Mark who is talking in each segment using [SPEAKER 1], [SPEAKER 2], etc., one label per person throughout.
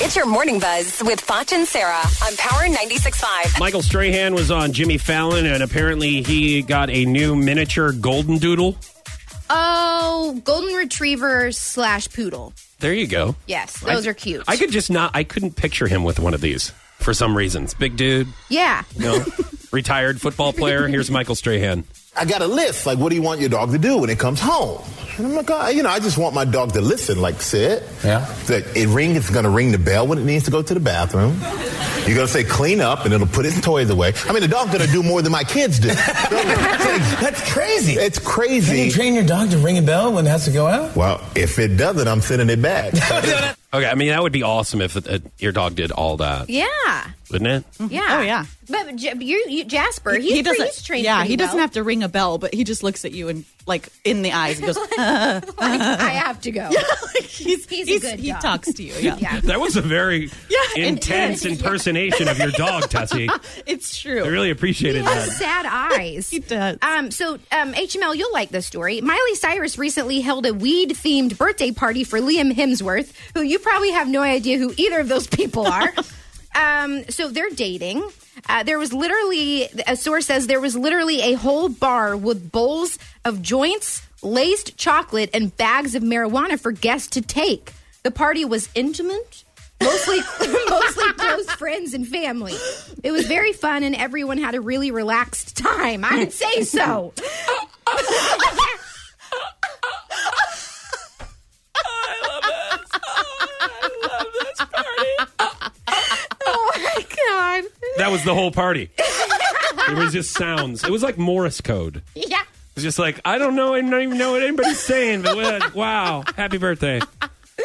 [SPEAKER 1] It's your morning buzz with Foch and Sarah on Power 96.5.
[SPEAKER 2] Michael Strahan was on Jimmy Fallon, and apparently he got a new miniature golden doodle.
[SPEAKER 3] Oh, golden retriever slash poodle.
[SPEAKER 2] There you go.
[SPEAKER 3] Yes, those
[SPEAKER 2] I-
[SPEAKER 3] are cute.
[SPEAKER 2] I could just not. I couldn't picture him with one of these for some reasons. Big dude,
[SPEAKER 3] yeah.
[SPEAKER 2] no, retired football player. Here's Michael Strahan.
[SPEAKER 4] I got a list. Like, what do you want your dog to do when it comes home? And I'm like, oh, you know, I just want my dog to listen, like Sid.
[SPEAKER 5] Yeah.
[SPEAKER 4] That it ring, it's gonna ring the bell when it needs to go to the bathroom. You're gonna say clean up, and it'll put its toys away. I mean, the dog's gonna do more than my kids do.
[SPEAKER 5] That's crazy.
[SPEAKER 4] it's
[SPEAKER 5] Can you
[SPEAKER 4] crazy.
[SPEAKER 5] train your dog to ring a bell when it has to go out?
[SPEAKER 4] well, if it doesn't, I'm sending it back.
[SPEAKER 2] Okay, I mean that would be awesome if uh, your dog did all that,
[SPEAKER 3] Yeah.
[SPEAKER 2] wouldn't it?
[SPEAKER 3] Yeah.
[SPEAKER 6] Oh, yeah.
[SPEAKER 3] But J- you, you, Jasper, he's, he doesn't, he's trained
[SPEAKER 6] yeah,
[SPEAKER 3] pretty
[SPEAKER 6] he doesn't
[SPEAKER 3] well.
[SPEAKER 6] have to ring a bell, but he just looks at you and like in the eyes and goes.
[SPEAKER 3] Like, I have to go.
[SPEAKER 6] he's,
[SPEAKER 3] He's a good
[SPEAKER 6] he
[SPEAKER 3] dog.
[SPEAKER 6] talks to you. Yeah,
[SPEAKER 3] yeah.
[SPEAKER 2] That was a very
[SPEAKER 6] Yeah,
[SPEAKER 2] intense impersonation of your dog, Tessie.
[SPEAKER 6] it's true.
[SPEAKER 2] I really appreciated
[SPEAKER 3] He has
[SPEAKER 2] that.
[SPEAKER 3] sad eyes.
[SPEAKER 6] He does.
[SPEAKER 3] Um, so, um, HML, you'll like this story. Miley Cyrus recently held a weed themed birthday party for Liam Hemsworth, who you probably have no idea who either of those people are. um, so, they're dating. Uh, there was literally, a source says, there was literally a whole bar with bowls of joints, laced chocolate, and bags of marijuana for guests to take. The party was intimate mostly mostly close friends and family. It was very fun, and everyone had a really relaxed time. I would say so. Oh my god!
[SPEAKER 2] That was the whole party. It was just sounds. It was like Morse code.
[SPEAKER 3] Yeah.
[SPEAKER 2] It's just like I don't know. I don't even know what anybody's saying. But what- wow, happy birthday!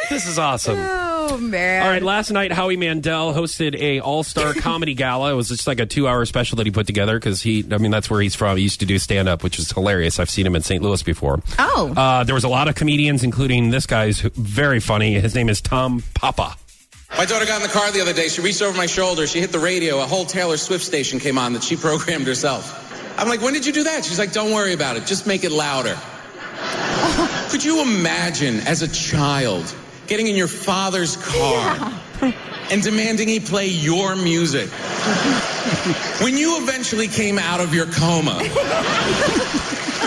[SPEAKER 2] This is awesome.
[SPEAKER 3] Oh
[SPEAKER 2] All
[SPEAKER 3] man.
[SPEAKER 2] right, last night Howie Mandel hosted a all-star comedy gala. It was just like a two-hour special that he put together because he, I mean, that's where he's from. He used to do stand-up, which is hilarious. I've seen him in St. Louis before.
[SPEAKER 6] Oh.
[SPEAKER 2] uh, there was a lot of comedians, including this guy's who- very funny. His name is Tom Papa.
[SPEAKER 7] My daughter got in the car the other day. She reached over my shoulder. She hit the radio. A whole Taylor Swift station came on that she programmed herself. I'm like, when did you do that? She's like, don't worry about it. Just make it louder. Could you imagine as a child getting in your father's car and demanding he play your music? when you eventually came out of your coma,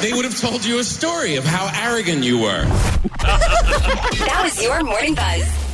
[SPEAKER 7] they would have told you a story of how arrogant you were.
[SPEAKER 1] That was your morning buzz.